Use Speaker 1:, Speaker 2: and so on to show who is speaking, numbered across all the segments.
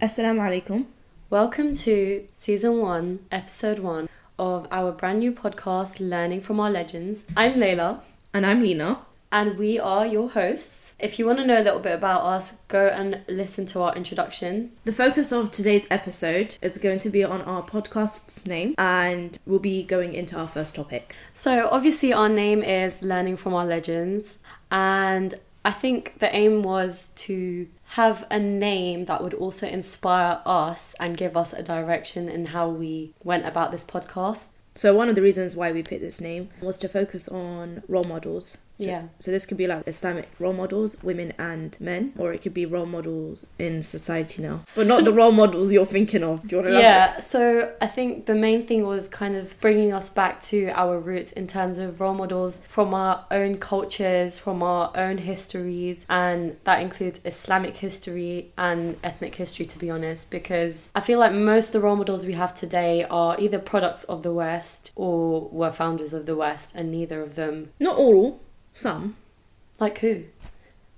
Speaker 1: Assalamu alaikum.
Speaker 2: Welcome to season one, episode one of our brand new podcast, Learning from Our Legends. I'm Layla,
Speaker 1: And I'm Lena.
Speaker 2: and we are your hosts. If you want to know a little bit about us, go and listen to our introduction.
Speaker 1: The focus of today's episode is going to be on our podcast's name and we'll be going into our first topic.
Speaker 2: So, obviously, our name is Learning from Our Legends, and I think the aim was to have a name that would also inspire us and give us a direction in how we went about this podcast.
Speaker 1: So, one of the reasons why we picked this name was to focus on role models. So,
Speaker 2: Yeah.
Speaker 1: So, this could be like Islamic role models, women and men, or it could be role models in society now. But not the role models you're thinking of. Do you want to
Speaker 2: Yeah, so I think the main thing was kind of bringing us back to our roots in terms of role models from our own cultures, from our own histories, and that includes Islamic history and ethnic history, to be honest, because I feel like most of the role models we have today are either products of the West or were founders of the West, and neither of them.
Speaker 1: Not all, some.
Speaker 2: Like who?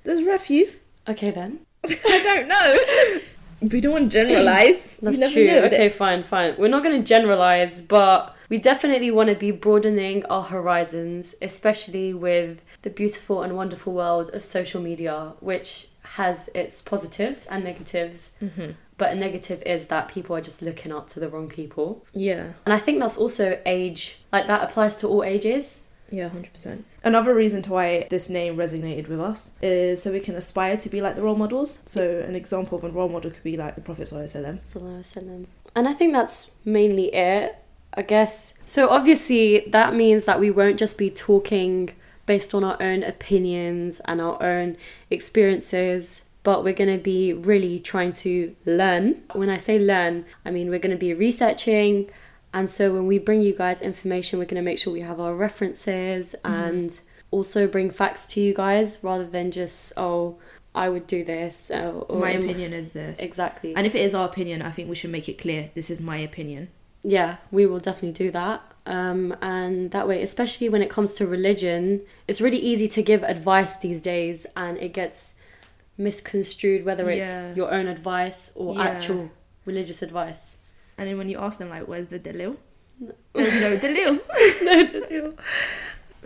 Speaker 1: There's a few.
Speaker 2: Okay, then.
Speaker 1: I don't know. We don't want to generalize.
Speaker 2: That's
Speaker 1: you never
Speaker 2: true.
Speaker 1: know.
Speaker 2: Okay, fine, fine. We're not going to generalize, but we definitely want to be broadening our horizons, especially with the beautiful and wonderful world of social media, which has its positives and negatives.
Speaker 1: Mm-hmm.
Speaker 2: But a negative is that people are just looking up to the wrong people.
Speaker 1: Yeah.
Speaker 2: And I think that's also age, like that applies to all ages.
Speaker 1: Yeah, 100%. Another reason to why this name resonated with us is so we can aspire to be like the role models. So, an example of a role model could be like the Prophet Sallallahu
Speaker 2: And I think that's mainly it, I guess. So obviously that means that we won't just be talking based on our own opinions and our own experiences, but we're going to be really trying to learn. When I say learn, I mean we're going to be researching and so when we bring you guys information, we're going to make sure we have our references and also bring facts to you guys rather than just oh I would do this. Or, or
Speaker 1: My
Speaker 2: in-
Speaker 1: opinion is this.
Speaker 2: Exactly.
Speaker 1: And if it is our opinion, I think we should make it clear this is my opinion.
Speaker 2: yeah, we will definitely do that. Um, and that way, especially when it comes to religion, it's really easy to give advice these days and it gets misconstrued, whether it's
Speaker 1: Yeah.
Speaker 2: your own advice or
Speaker 1: Yeah.
Speaker 2: actual religious advice.
Speaker 1: And then when you ask them, like, where's the delil? There's no delil.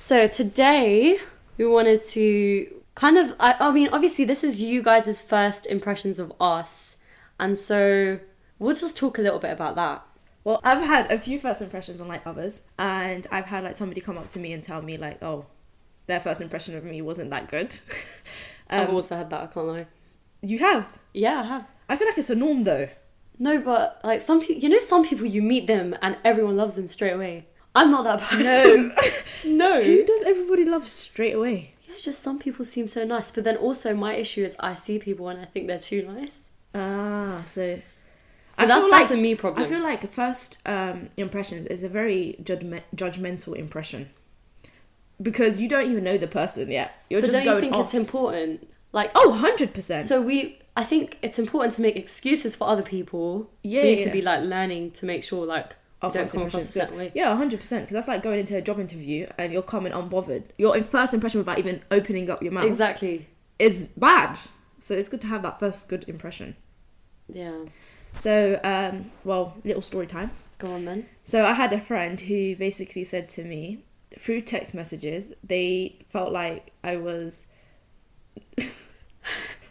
Speaker 2: So today, we wanted to kind of, I, I mean, obviously, this is you guys' first impressions of us. And so we'll just talk a little bit about that.
Speaker 1: Well, I've had a few first impressions on like others, and I've had like somebody come up to me and tell me like, oh, their first impression of me wasn't that good.
Speaker 2: I've
Speaker 1: um,
Speaker 2: also had that, I can't lie.
Speaker 1: you have.
Speaker 2: Yeah, I have.
Speaker 1: I feel like it's a norm though.
Speaker 2: No, but like some people, you know, some people you meet them and everyone loves them straight away. I'm not that person. No.
Speaker 1: Who does everybody love straight away?
Speaker 2: Yeah, just some people seem so nice, but then also my issue is I see people and I think they're too nice.
Speaker 1: Ah, so.
Speaker 2: But that's
Speaker 1: feel
Speaker 2: that's
Speaker 1: like-
Speaker 2: a me problem.
Speaker 1: I feel like first um, impressions is a very judgme- judgmental impression because you don't even know the person yet. You're
Speaker 2: but
Speaker 1: just
Speaker 2: don't
Speaker 1: going
Speaker 2: you think
Speaker 1: off.
Speaker 2: it's important? Like,
Speaker 1: oh, 100%.
Speaker 2: so we. I think it's important to make excuses for other people.
Speaker 1: Yeah,
Speaker 2: we need
Speaker 1: yeah.
Speaker 2: to be like learning to make sure like
Speaker 1: Our
Speaker 2: we don't
Speaker 1: first
Speaker 2: come across a
Speaker 1: impression is
Speaker 2: certain way.
Speaker 1: good. Yeah, 100%. Because that's like going into a job interview and you're coming unbothered. Your first impression without even opening up your mouth
Speaker 2: Exactly.
Speaker 1: is bad. So it's good to have that first good impression.
Speaker 2: Yeah.
Speaker 1: So, um, well, little story time.
Speaker 2: Go on then.
Speaker 1: So I had a friend who basically said to me through text messages they felt like I was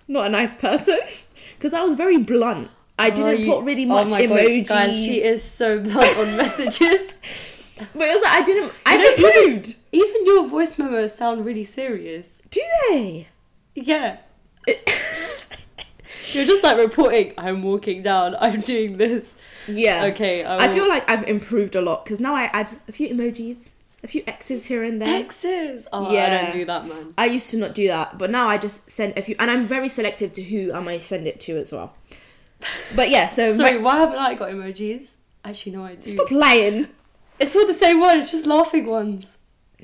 Speaker 1: not a nice person because I was very blunt. I didn't
Speaker 2: Oh, you-
Speaker 1: put really
Speaker 2: oh
Speaker 1: much
Speaker 2: my God,
Speaker 1: emojis,
Speaker 2: Guys, she is so blunt on messages.
Speaker 1: but it was like I didn't. I
Speaker 2: know, even-
Speaker 1: improved.
Speaker 2: Even your voice memos sound really serious.
Speaker 1: Do they?
Speaker 2: Yeah. You're just like reporting, I'm walking down, I'm doing this.
Speaker 1: Yeah.
Speaker 2: Okay, I,
Speaker 1: I
Speaker 2: will-
Speaker 1: feel like I've improved a lot because now I add a few emojis, a few X's here and there.
Speaker 2: X's. Oh, I
Speaker 1: Yeah.
Speaker 2: don't do that, man.
Speaker 1: I used to not do that, but now I just send a few, and I'm very selective to who I might send it to as well. But yeah, so
Speaker 2: Sorry, why haven't I got emojis? Actually, no, I do.
Speaker 1: Stop lying.
Speaker 2: It's not the same one, it's just laughing ones.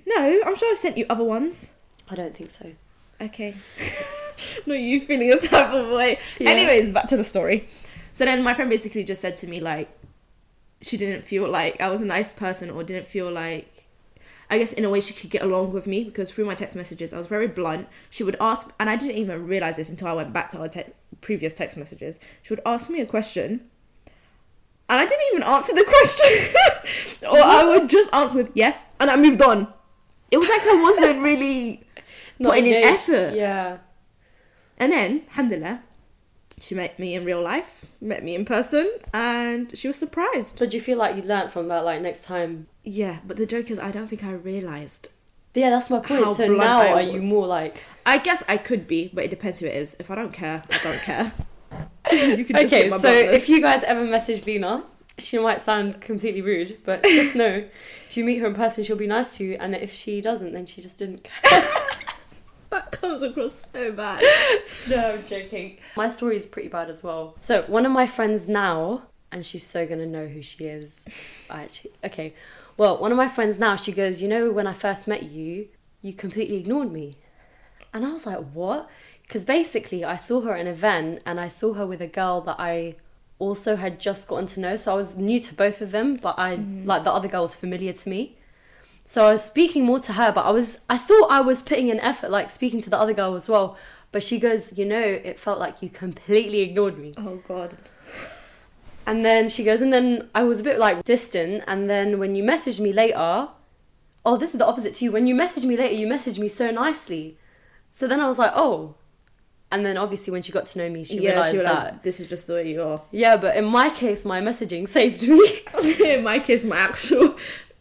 Speaker 1: No, I'm sure I've sent you other ones.
Speaker 2: I don't think so.
Speaker 1: Okay. no, you feeling a type of way.
Speaker 2: Yeah.
Speaker 1: Anyways, back to the story. So then my friend basically just said to me, like, she didn't feel like I was a nice person or didn't feel like, I guess in a way she could get along with me because through my text messages I was very blunt. She would ask, and I didn't even realize this until I went back to our text previous text messages, she would ask me a question. And I didn't even answer the question. or I would just answer with yes, and I moved on. It was like I wasn't really
Speaker 2: Not
Speaker 1: putting in
Speaker 2: engaged.
Speaker 1: effort.
Speaker 2: Yeah.
Speaker 1: And then, alhamdulillah, she met me in real life, met me in person, and she was surprised.
Speaker 2: But do you feel like you learnt from that? Like next time.
Speaker 1: Yeah, but the joke is, I don't think I realised.
Speaker 2: Yeah, that's my point.
Speaker 1: How
Speaker 2: so
Speaker 1: blunt
Speaker 2: now
Speaker 1: I was.
Speaker 2: are you more like
Speaker 1: I guess I could be, but it depends who it is. If I don't care, I don't care. you can just
Speaker 2: okay?
Speaker 1: okay,
Speaker 2: So
Speaker 1: my business.
Speaker 2: if you guys ever message Lena, she might sound completely rude, but just know if you meet her in person, she'll be nice to you, and if she doesn't, then she just didn't care.
Speaker 1: that comes across so bad.
Speaker 2: No, I'm joking. My story is pretty bad as well. So one of my friends now, and she's so gonna know who she is. I actually, okay. Well, one of my friends now, she goes, you know, when I first met you, you completely ignored me, and I was like, what? Because basically, I saw her at an event, and I saw her with a girl that I also had just gotten to know. So I was new to both of them, but I like the other girl was familiar to me. So I was speaking more to her, but I was I thought I was putting in effort, like speaking to the other girl as well. But she goes, you know, it felt like you completely ignored me.
Speaker 1: Oh god.
Speaker 2: And then she goes, and then I was a bit like distant. And then when you messaged me later, oh, this is the opposite to you. When you messaged me later, you messaged me so nicely. So then I was like, oh. And then obviously when she got to know me, she
Speaker 1: yeah,
Speaker 2: realized
Speaker 1: she was
Speaker 2: that.
Speaker 1: like, this is just the way you are.
Speaker 2: yeah, but in my case, my messaging saved me.
Speaker 1: In my case, my actual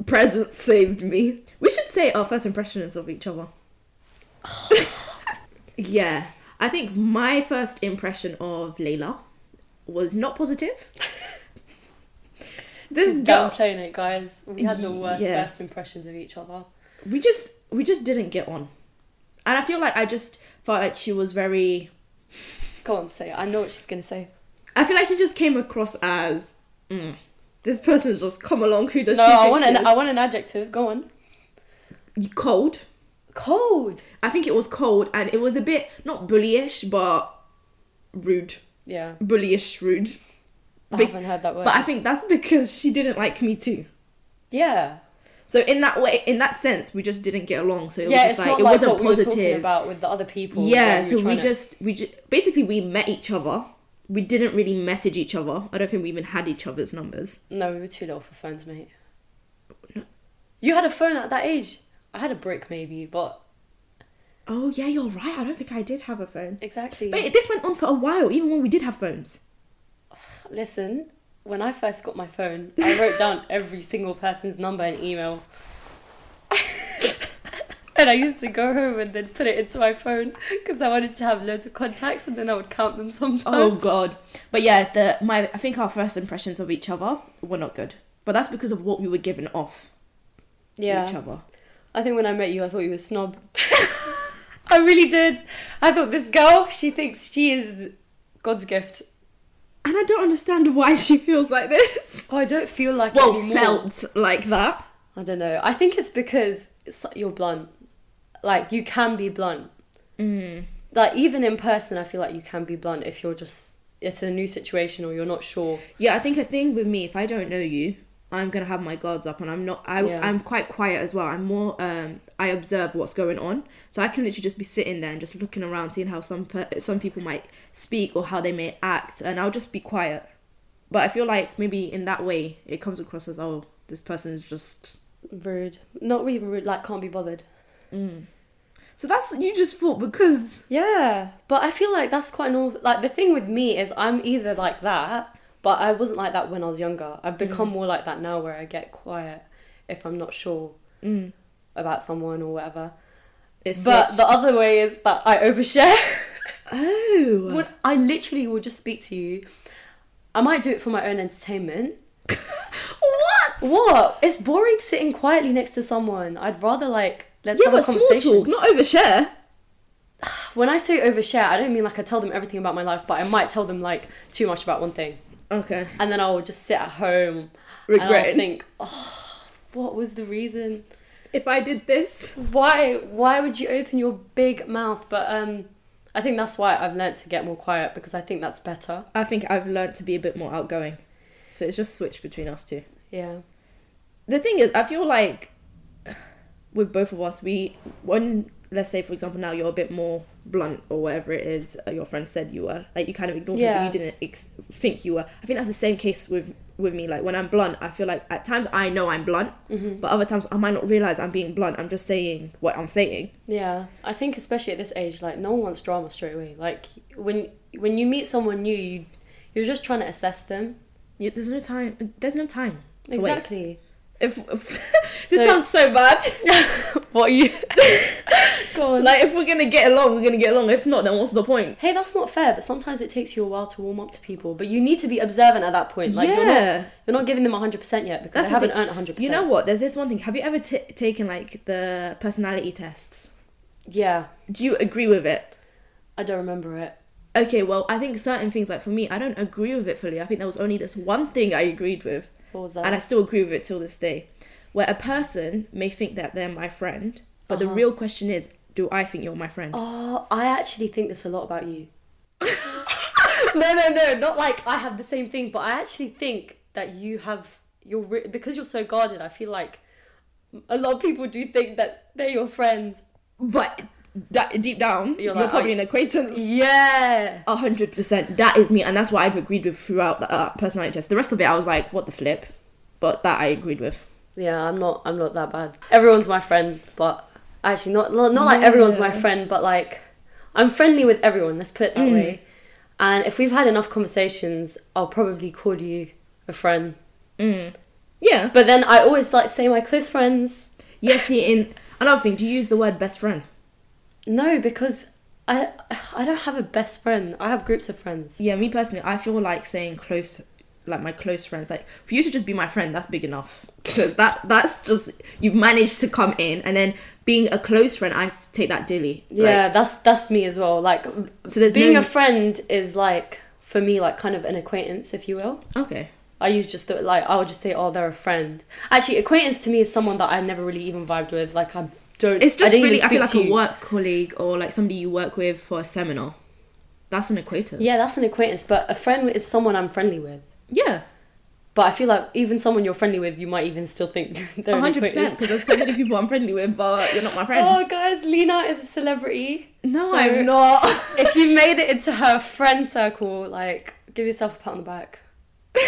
Speaker 1: presence saved me. We should say our first impressions of each other. yeah, I think my first impression of Layla was not positive. this
Speaker 2: She's
Speaker 1: girl,
Speaker 2: downplaying it, eh, guys. We had the worst
Speaker 1: Yeah.
Speaker 2: first impressions of each other.
Speaker 1: we just we just didn't get on, and I feel like I just felt like she was very.
Speaker 2: Go on, say it. I know what she's gonna say.
Speaker 1: I feel like she just came across as. Mm, this person's just come along. Who does
Speaker 2: No,
Speaker 1: she think
Speaker 2: I want
Speaker 1: she
Speaker 2: an
Speaker 1: is?"
Speaker 2: I want an adjective. Go on.
Speaker 1: cold?
Speaker 2: Cold.
Speaker 1: I think it was cold and it was a bit not bullyish but rude.
Speaker 2: Yeah.
Speaker 1: Bullyish rude.
Speaker 2: I
Speaker 1: Be-
Speaker 2: haven't heard that word.
Speaker 1: But I think that's because she didn't like me too.
Speaker 2: yeah.
Speaker 1: So in that way in that sense we just didn't get along. So it
Speaker 2: yeah,
Speaker 1: was
Speaker 2: it's
Speaker 1: just
Speaker 2: not
Speaker 1: like it
Speaker 2: like
Speaker 1: wasn't
Speaker 2: what we were talking
Speaker 1: positive.
Speaker 2: about with the other people.
Speaker 1: yeah, so
Speaker 2: when were
Speaker 1: we
Speaker 2: trying to-
Speaker 1: just we just basically we met each other. We didn't really message each other. I don't think we even had each other's numbers.
Speaker 2: No, we were too little for phones, mate. You had a phone at that age. I had a brick maybe, but
Speaker 1: Oh yeah, you're right. I don't think I did have a phone.
Speaker 2: exactly.
Speaker 1: But this went on for a while, even when we did have phones.
Speaker 2: Listen, when I first got my phone, I wrote down every single person's number and email. and I used to go home and then put it into my phone because I wanted to have loads of contacts and then I would count them sometimes.
Speaker 1: Oh god. But yeah, the my I think our first impressions of each other were not good. But that's because of what we were given off to each other.
Speaker 2: I think when I met you, I thought you were a snob. I really did. I thought this girl, she thinks she is God's gift.
Speaker 1: And I don't understand why she feels like this.
Speaker 2: Oh, I don't feel like it
Speaker 1: Well,
Speaker 2: anymore.
Speaker 1: felt like that.
Speaker 2: I don't know. I think it's because it's, you're blunt. Like you can be blunt.
Speaker 1: Mm.
Speaker 2: Like even in person, I feel like you can be blunt if you're just it's a new situation or you're not sure.
Speaker 1: Yeah, I think a thing with me, if I don't know you, I'm gonna have my guards up, and I'm not. I,
Speaker 2: Yeah.
Speaker 1: I'm quite quiet as well. I'm more. Um, I observe what's going on, so I can literally just be sitting there and just looking around, seeing how some per- some people might speak or how they may act, and I'll just be quiet. But I feel like maybe in that way, it comes across as oh, this person is just.
Speaker 2: Rude. Not even rude. Like can't be bothered.
Speaker 1: So that's you just thought because
Speaker 2: Yeah, but I feel like that's quite normal. Like the thing with me is I'm either like that, but I wasn't like that when I was younger.
Speaker 1: Mm.
Speaker 2: I've become more like that now, where I get quiet if I'm not sure
Speaker 1: Mm.
Speaker 2: about someone or whatever.
Speaker 1: it's
Speaker 2: But the other way is that I overshare.
Speaker 1: oh
Speaker 2: Would- I literally will just speak to you. I might do it for my own entertainment.
Speaker 1: what?
Speaker 2: What? It's boring sitting quietly next to someone. I'd rather like let's
Speaker 1: Yeah,
Speaker 2: have a
Speaker 1: but small
Speaker 2: conversation.
Speaker 1: talk, not overshare.
Speaker 2: When I say overshare, I don't mean like I tell them everything about my life, but I might tell them like too much about one thing.
Speaker 1: Okay.
Speaker 2: and then I will just sit at home and I'll
Speaker 1: Regretting.
Speaker 2: think, oh, what was the reason?
Speaker 1: If I did this,
Speaker 2: Why? Why would you open your big mouth? But um, I think that's why I've learnt to get more quiet because I think that's better.
Speaker 1: I think I've learned to be a bit more outgoing. So it's just switched between us two.
Speaker 2: Yeah.
Speaker 1: The thing is, I feel like with both of us, we when let's say for example now you're a bit more blunt or whatever it is uh, your friend said you were like you kind of ignored it
Speaker 2: Yeah.
Speaker 1: but you didn't ex- think you were i think that's the same case with with me like when i'm blunt i feel like at times i know i'm blunt
Speaker 2: Mm-hmm.
Speaker 1: but other times i might not realize i'm being blunt i'm just saying what i'm saying
Speaker 2: Yeah, I think especially at this age, like no one wants drama straight away. Like when when you meet someone new, you you're just trying to assess them.
Speaker 1: yeah, there's no time there's no time to waste.
Speaker 2: Exactly.
Speaker 1: if, if this
Speaker 2: So-
Speaker 1: sounds so bad
Speaker 2: What are you? Go on.
Speaker 1: like if we're gonna get along we're gonna get along if not then what's the point
Speaker 2: hey, that's not fair. But sometimes it takes you a while to warm up to people. But you need to be observant at that point. Like you're not you're not giving them hundred percent yet because
Speaker 1: That's
Speaker 2: they
Speaker 1: the
Speaker 2: haven't
Speaker 1: thing.
Speaker 2: earned hundred percent.
Speaker 1: You know what? There's this one thing. Have you ever t- taken like the personality tests?
Speaker 2: Yeah,
Speaker 1: Do you agree with it?
Speaker 2: I don't remember it.
Speaker 1: Okay, well, I think certain things, like for me, I don't agree with it fully. I think there was only this one thing I agreed with,
Speaker 2: What was that?
Speaker 1: and I still agree with it till this day, where a person may think that they're my friend, but the
Speaker 2: Uh-huh.
Speaker 1: real question is, do I think you're my friend?
Speaker 2: Oh, I actually think this a lot about you. no, no, no, not like I have the same thing, but I actually think that you have you're re- because you're so guarded. I feel like a lot of people do think that they're your friends.
Speaker 1: But that, deep down,
Speaker 2: You're
Speaker 1: you're, oh,
Speaker 2: like,
Speaker 1: probably
Speaker 2: I-
Speaker 1: an acquaintance.
Speaker 2: Yeah.
Speaker 1: A hundred percent. That is me, and that's what I've agreed with throughout the uh, personality test. The rest of it, I was like, what the flip, but that I agreed with.
Speaker 2: Yeah, I'm not. I'm not that bad. Everyone's my friend, but actually, not not, not like everyone's my
Speaker 1: Yeah. Mm.
Speaker 2: friend, but like I'm friendly with everyone. Let's put it that way. And if we've had enough conversations, I'll probably call you a friend.
Speaker 1: Yeah.
Speaker 2: But then I always like say my close friends.
Speaker 1: Yes, he in another thing. Do you use the word best friend?
Speaker 2: No, because I I don't have a best friend. I have groups of friends.
Speaker 1: Yeah, me personally, I feel like saying close, like my close friends. Like for you to just be my friend, that's big enough because that that's just you've managed to come in, and then being a close friend, I take that dilly.
Speaker 2: Yeah, that's that's me as well. Like
Speaker 1: so there's
Speaker 2: being
Speaker 1: no
Speaker 2: a friend is like for me like kind of an acquaintance, if you will.
Speaker 1: okay.
Speaker 2: I use just the, like I would just say, oh, they're a friend. Actually, acquaintance to me is someone that I never really even vibed with. Like I don't.
Speaker 1: It's
Speaker 2: I
Speaker 1: just
Speaker 2: didn't
Speaker 1: really
Speaker 2: even
Speaker 1: I feel like
Speaker 2: speak to
Speaker 1: a
Speaker 2: you.
Speaker 1: work colleague or like somebody you work with for a seminar. That's an acquaintance.
Speaker 2: Yeah, that's an acquaintance, but a friend is someone I'm friendly with.
Speaker 1: yeah,
Speaker 2: But I feel like even someone you're friendly with, you might even still think they're
Speaker 1: one
Speaker 2: an
Speaker 1: hundred percent.
Speaker 2: acquaintance.
Speaker 1: Because there's so many people I'm friendly with, but you're not my friend.
Speaker 2: Oh, guys, Lena is a celebrity.
Speaker 1: no,
Speaker 2: so-
Speaker 1: I'm not.
Speaker 2: if you made it into her friend circle, like give yourself a pat on the back.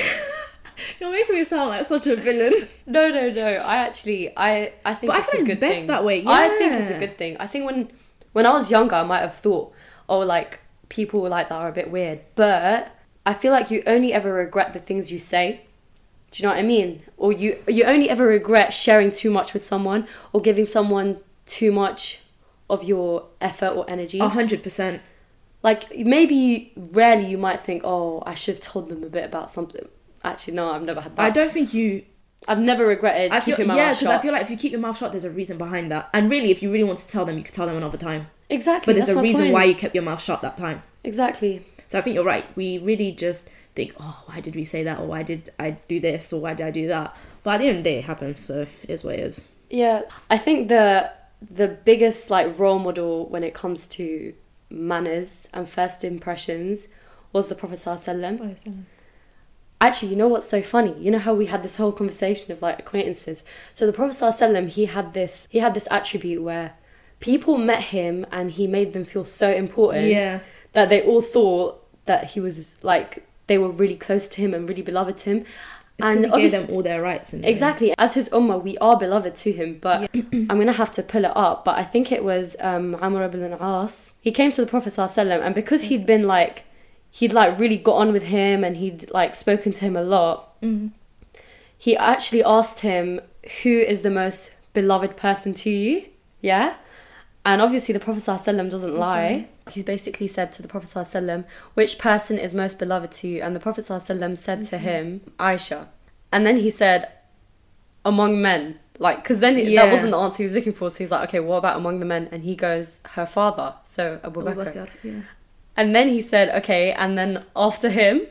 Speaker 1: you're making me sound like such a villain.
Speaker 2: No, no, no. I actually, I, I think
Speaker 1: But I
Speaker 2: it's
Speaker 1: think
Speaker 2: a
Speaker 1: it's
Speaker 2: good
Speaker 1: best
Speaker 2: thing.
Speaker 1: that way,
Speaker 2: I think it's a
Speaker 1: yeah.
Speaker 2: good thing. I think when, when I was younger, I might have thought, oh, like people like that are a bit weird. But I feel like you only ever regret the things you say. Do you know what I mean? Or you, you only ever regret sharing too much with someone or giving someone too much of your effort or energy.
Speaker 1: A hundred percent.
Speaker 2: like maybe you- rarely you might think, oh, I should have told them a bit about something. Actually, no, I've never had that.
Speaker 1: I don't think you
Speaker 2: I've never regretted
Speaker 1: I feel,
Speaker 2: keeping my
Speaker 1: yeah,
Speaker 2: mouth
Speaker 1: because I
Speaker 2: shut.
Speaker 1: feel like if you keep your mouth shut, there's a reason behind that. And really, if you really want to tell them, you could tell them another time.
Speaker 2: exactly,
Speaker 1: But there's
Speaker 2: that's
Speaker 1: a
Speaker 2: my
Speaker 1: reason
Speaker 2: point.
Speaker 1: why you kept your mouth shut that time.
Speaker 2: Exactly.
Speaker 1: So I think you're right. We really just think, oh, why did we say that? Or why did I do this? Or why did I do that? But at the end of the day, it happens. So it is what it is.
Speaker 2: Yeah, I think the the biggest like role model when it comes to manners and first impressions was the Prophet Sallallahu Actually, you know what's so funny? You know how we had this whole conversation of like acquaintances. So the Prophet ﷺ, he had this he had this attribute where people met him and he made them feel so important
Speaker 1: Yeah.
Speaker 2: that they all thought that he was like they were really close to him and really beloved to him.
Speaker 1: It's because he gave
Speaker 2: obviously-
Speaker 1: them all their rights. And
Speaker 2: Exactly. As his ummah, we are beloved to him, but I'm going to have to pull it up. But I think it was um, Amr ibn al-As. He came to the Prophet ﷺ, and because he'd been like, he'd like really got on with him and he'd like spoken to him a lot, he actually asked him, Who is the most beloved person to you? Yeah. And obviously, the Prophet ﷺ doesn't lie. He basically said to the Prophet ﷺ, Which person is most beloved to you? And the Prophet ﷺ said to him, Aisha. And then he said, among men. Like, because then he- that
Speaker 1: Yeah.
Speaker 2: wasn't the answer he was looking for. So he's like, okay, what about among the men? And he goes, her father, so Abu
Speaker 1: Abu
Speaker 2: Bakr.
Speaker 1: Bakr, yeah.
Speaker 2: And then he said, okay, and then after him,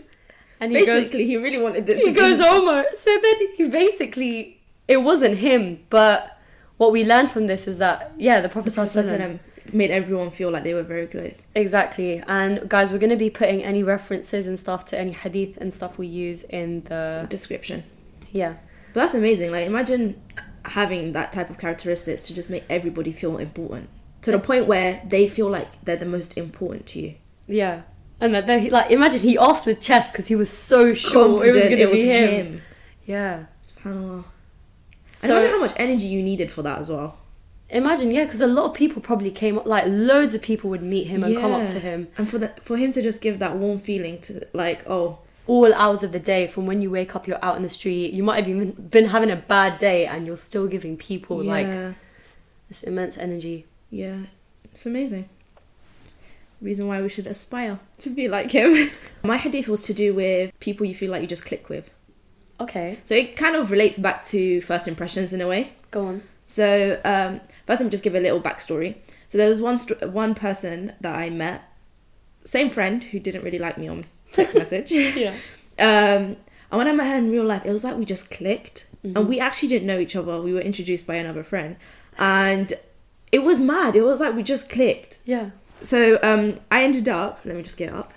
Speaker 2: and he goes,
Speaker 1: Basically, he really wanted it to
Speaker 2: he goes,
Speaker 1: be...
Speaker 2: Omar. So then he basically, it wasn't him, but what we learned from this is that, yeah, the Prophet Sallallahu
Speaker 1: Made everyone feel like they were very close.
Speaker 2: Exactly. And guys, we're going to be putting any references and stuff to any hadith and stuff we use in the,
Speaker 1: Description.
Speaker 2: yeah.
Speaker 1: But that's amazing. Like, imagine having that type of characteristics to just make everybody feel important. to the point where they feel like they're the most important to you.
Speaker 2: Yeah. And that that he like imagine he asked with chess because he was so sure it was
Speaker 1: Confident
Speaker 2: going to be him. Yeah.
Speaker 1: SubhanAllah. I
Speaker 2: So
Speaker 1: don't know how much energy you needed for that as well.
Speaker 2: imagine, yeah, because a lot of people probably came, like loads of people would meet him and come up
Speaker 1: Yeah.
Speaker 2: to him
Speaker 1: And for the, for him to just give that warm feeling to like, oh,
Speaker 2: all hours of the day. From when you wake up, you're out in the street. You might have even been having a bad day, and you're still giving people like
Speaker 1: yeah,
Speaker 2: this immense energy.
Speaker 1: yeah, it's amazing. Reason why we should aspire to be like him. My hadith was to do with people you feel like you just click with.
Speaker 2: Okay,
Speaker 1: So it kind of relates back to first impressions in a way.
Speaker 2: go on.
Speaker 1: So um, first, I'm just give a little backstory. So there was one st- one person that I met, same friend who didn't really like me on text message.
Speaker 2: Yeah.
Speaker 1: Um, and when I met her in real life, it was like we just clicked, and we actually didn't know each other. We were introduced by another friend, and it was mad. It was like we just clicked.
Speaker 2: Yeah.
Speaker 1: So um, I ended up, let me just get up.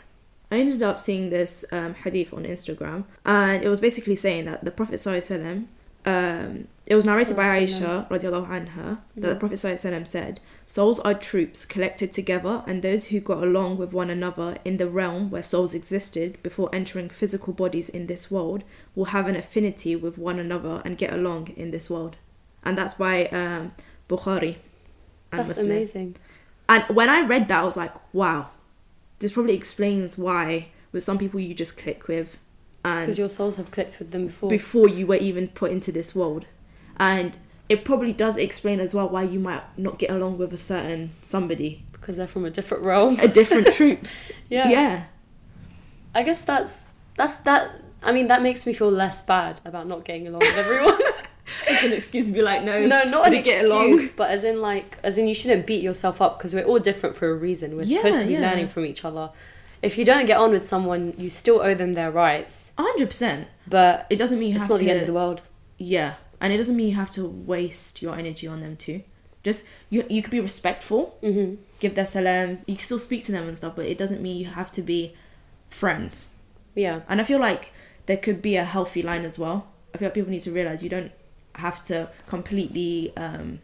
Speaker 1: I ended up seeing this um, hadith on Instagram, and it was basically saying that the Prophet Sallallahu um, it was narrated by Aisha
Speaker 2: Sallallahu
Speaker 1: radiallahu anha that the Prophet Sallallahu said, "Souls are troops collected together, and those who got along with one another in the realm where souls existed before entering physical bodies in this world will have an affinity with one another and get along in this world." And that's by um, Bukhari and
Speaker 2: That's
Speaker 1: Muslim.
Speaker 2: amazing.
Speaker 1: And when I read that, I was like, wow, this probably explains why with some people you just click with,
Speaker 2: Because
Speaker 1: and
Speaker 2: your souls have clicked with them before.
Speaker 1: before you were even put into this world, and it probably does explain as well why you might not get along with a certain somebody,
Speaker 2: because they're from a different realm.
Speaker 1: a different troop. yeah,
Speaker 2: I guess that's that's that. I mean, that makes me feel less bad about not getting along with everyone.
Speaker 1: it's an excuse to be like, no,
Speaker 2: no, not an
Speaker 1: didn't
Speaker 2: excuse,
Speaker 1: get along.
Speaker 2: but as in like, as in you shouldn't beat yourself up because we're all different for a reason. We're supposed
Speaker 1: Yeah,
Speaker 2: to be
Speaker 1: yeah.
Speaker 2: learning from each other. If you don't get on with someone, you still owe them their rights.
Speaker 1: Hundred percent.
Speaker 2: But
Speaker 1: It doesn't mean you
Speaker 2: it's
Speaker 1: have
Speaker 2: not
Speaker 1: to.
Speaker 2: the end of the world.
Speaker 1: Yeah, and it doesn't mean you have to waste your energy on them too. Just you, you could be respectful, mm-hmm. give their salams. You can still speak to them and stuff, but it doesn't mean you have to be friends.
Speaker 2: Yeah,
Speaker 1: And I feel like there could be a healthy line as well. I feel like people need to realize you don't have to completely um,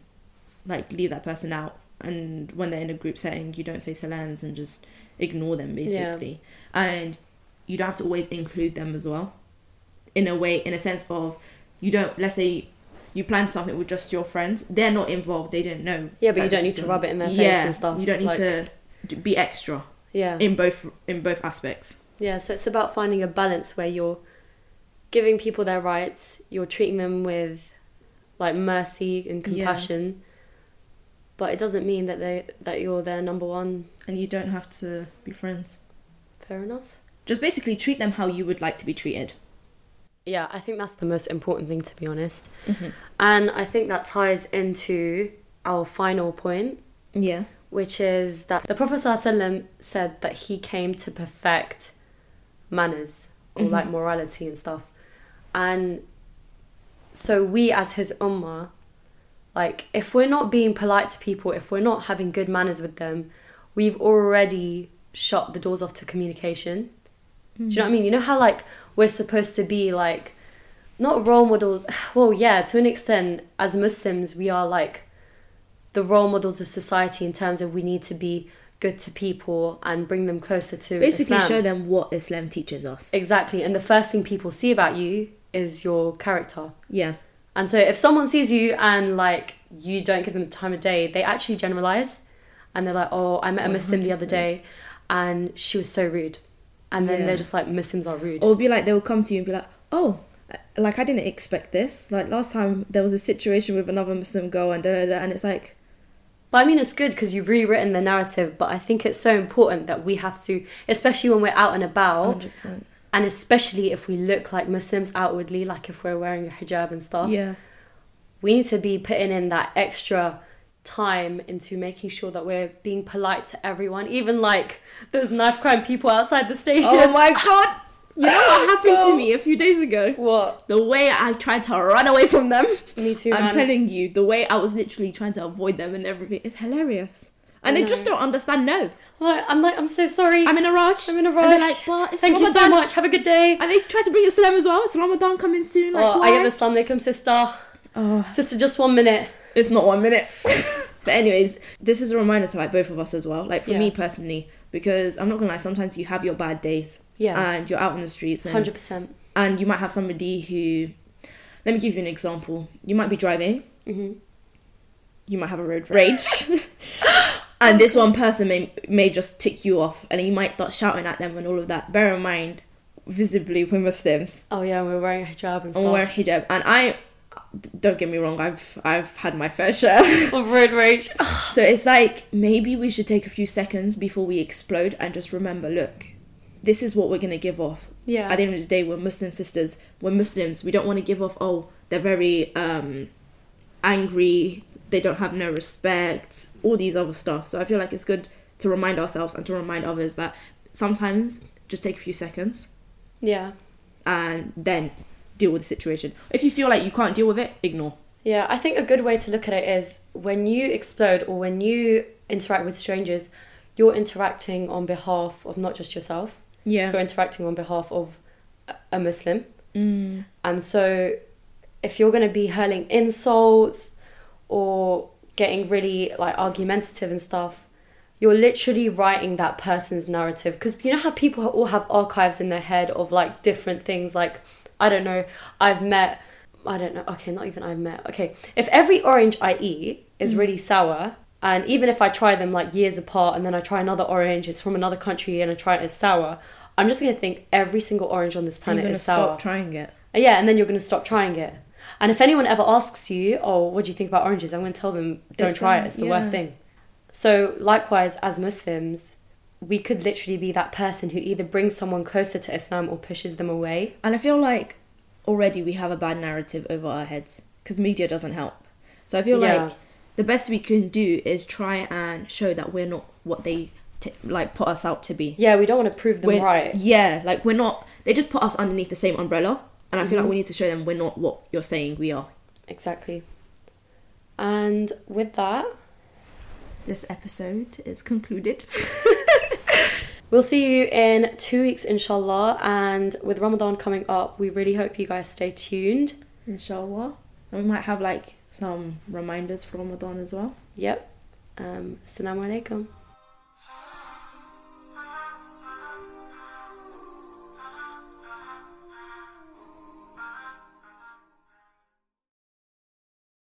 Speaker 1: like leave that person out. And when they're in a group setting, you don't say salams and just ignore them basically. And you don't have to always include them as well. In a way, in a sense of you don't. Let's say you plan something with just your friends. They're not involved. They don't know.
Speaker 2: Yeah, but you
Speaker 1: that
Speaker 2: don't
Speaker 1: this
Speaker 2: need
Speaker 1: is
Speaker 2: to
Speaker 1: going-
Speaker 2: rub it in their face and stuff,
Speaker 1: You don't need
Speaker 2: like-
Speaker 1: to d- be extra
Speaker 2: yeah,
Speaker 1: in both in both aspects.
Speaker 2: yeah. So it's about finding a balance where you're giving people their rights, you're treating them with like mercy and
Speaker 1: Yeah.
Speaker 2: compassion, but it doesn't mean that they that you're their number one.
Speaker 1: and you don't have to be friends.
Speaker 2: Fair enough.
Speaker 1: Just basically treat them how you would like to be treated.
Speaker 2: Yeah, I think that's the most important thing, to be honest. And I think that ties into our final point,
Speaker 1: Yeah.
Speaker 2: which is that the Prophet ﷺ said that he came to perfect manners or like
Speaker 1: Mm-hmm.
Speaker 2: morality and stuff. And so we, as his ummah, like if we're not being polite to people, if we're not having good manners with them, we've already shut the doors off to communication. Do you know what I mean? You know how like we're supposed to be like not role models. Well, yeah, to an extent, as Muslims, we are like the role models of society in terms of we need to be good to people and bring them closer to
Speaker 1: Basically
Speaker 2: Islam.
Speaker 1: show them what Islam teaches us.
Speaker 2: exactly. And the first thing people see about you is your character.
Speaker 1: Yeah.
Speaker 2: And so if someone sees you and like you don't give them the time of day, they actually generalize and they're like, "Oh, I met a Muslim the other day and she was so rude." And then
Speaker 1: Yeah.
Speaker 2: they're just like, "Muslims are rude."
Speaker 1: Or be like they will come to you and be like, "Oh, like I didn't expect this. Like last time there was a situation with another Muslim girl and da da da." And it's like,
Speaker 2: But I mean, it's good because you've rewritten the narrative, but I think it's so important that we have to, especially when we're out and about,
Speaker 1: 100%.
Speaker 2: and especially if we look like Muslims outwardly, like if we're wearing a hijab and stuff,
Speaker 1: "Oh, Yeah.
Speaker 2: we need to be putting in that extra time into making sure that we're being polite to everyone, even like those knife crime people outside the station.
Speaker 1: Oh my god. You know what happened
Speaker 2: Girl.
Speaker 1: to me a few days ago?
Speaker 2: What?
Speaker 1: The way I tried to run away from them.
Speaker 2: Me too,
Speaker 1: I'm
Speaker 2: man.
Speaker 1: telling you, the way I was literally trying to avoid them and everything is hilarious. And they just don't understand no.
Speaker 2: Like, I'm like, I'm so sorry.
Speaker 1: I'm in a rush.
Speaker 2: I'm in a
Speaker 1: And they're
Speaker 2: rush.
Speaker 1: like, what? It's
Speaker 2: Thank you so
Speaker 1: Ramadan."
Speaker 2: much. Have a good day.
Speaker 1: And they try to bring Islam as well. It's Ramadan coming soon. Like,
Speaker 2: oh,
Speaker 1: why?
Speaker 2: I get the Salam Alaikum, sister.
Speaker 1: Oh,
Speaker 2: Sister, just one minute.
Speaker 1: it's not one minute. But anyways, this is a reminder to like both of us as well. Like for
Speaker 2: Yeah.
Speaker 1: me personally, because I'm not gonna lie, sometimes you have your bad days.
Speaker 2: Yeah.
Speaker 1: And you're out on the streets and
Speaker 2: Hundred percent.
Speaker 1: and you might have somebody who let me give you an example. You might be driving,
Speaker 2: Mhm.
Speaker 1: you might have a road rage. and this one person may may just tick you off and you might start shouting at them and all of that. Bear in mind, visibly we're Muslims
Speaker 2: Oh yeah, we're wearing hijab and
Speaker 1: and we're
Speaker 2: stuff.
Speaker 1: wearing hijab and I don't get me wrong, I've I've had my fair share.
Speaker 2: Of road rage.
Speaker 1: so it's like maybe we should take a few seconds before we explode and just remember, look, this is what we're gonna give off
Speaker 2: yeah.
Speaker 1: at the end of the day we're muslim sisters we're muslims we don't want to give off oh they're very um angry they don't have no respect all these other stuff so i feel like it's good to remind ourselves and to remind others that sometimes just take a few seconds
Speaker 2: Yeah.
Speaker 1: and then deal with the situation if you feel like you can't deal with it ignore
Speaker 2: Yeah, I think a good way to look at it is when you explode or when you interact with strangers, you're interacting on behalf of not just yourself, you're
Speaker 1: yeah
Speaker 2: interacting on behalf of a- a Muslim.
Speaker 1: mm.
Speaker 2: And so if you're going to be hurling insults or getting really like argumentative and stuff, you're literally writing that person's narrative because you know how people all have archives in their head of like different things like I don't know, I've met I don't know, okay, not even I've met. Okay. If every orange I eat is
Speaker 1: Mm.
Speaker 2: really sour and even if I try them like years apart and then I try another orange, it's from another country and I try it as sour, I'm just gonna think every single orange on this
Speaker 1: you're
Speaker 2: planet
Speaker 1: gonna
Speaker 2: is sour.
Speaker 1: stop trying it
Speaker 2: Yeah, and then you're going to stop trying it. And if anyone ever asks you, oh, what do you think about oranges? I'm going to tell them, don't
Speaker 1: It's,
Speaker 2: try
Speaker 1: um,
Speaker 2: it. It's the
Speaker 1: yeah.
Speaker 2: worst thing. So, likewise, as Muslims, we could literally be that person who either brings someone closer to Islam or pushes them away.
Speaker 1: And I feel like already we have a bad narrative over our heads because media doesn't help. So I feel
Speaker 2: Yeah.
Speaker 1: like the best we can do is try and show that we're not what they t- like put us out to be.
Speaker 2: Yeah, we don't want to prove them
Speaker 1: We're-
Speaker 2: right.
Speaker 1: Yeah, like we're not. They just put us underneath the same umbrella, and I feel
Speaker 2: Mm-hmm.
Speaker 1: like we need to show them we're not what you're saying we are.
Speaker 2: Exactly. And with that,
Speaker 1: This episode is concluded.
Speaker 2: we'll see you in two weeks, inshallah. And with Ramadan coming up, we really hope you guys stay tuned.
Speaker 1: Inshallah, and we might have like some reminders for Ramadan as well.
Speaker 2: Yep. Um, Assalamu alaikum.